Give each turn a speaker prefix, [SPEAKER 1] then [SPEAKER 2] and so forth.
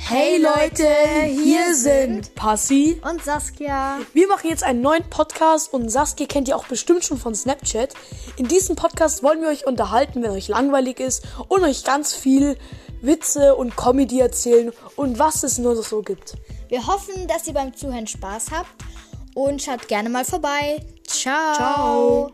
[SPEAKER 1] Hey Leute, hier sind Passi.
[SPEAKER 2] Und Saskia.
[SPEAKER 1] Wir machen jetzt einen neuen Podcast und Saskia kennt ihr auch bestimmt schon von Snapchat. In diesem Podcast wollen wir euch unterhalten, wenn euch langweilig ist und euch ganz viel Witze und Comedy erzählen und was es nur so gibt.
[SPEAKER 2] Wir hoffen, dass ihr beim Zuhören Spaß habt und schaut gerne mal vorbei. Ciao.
[SPEAKER 1] Ciao.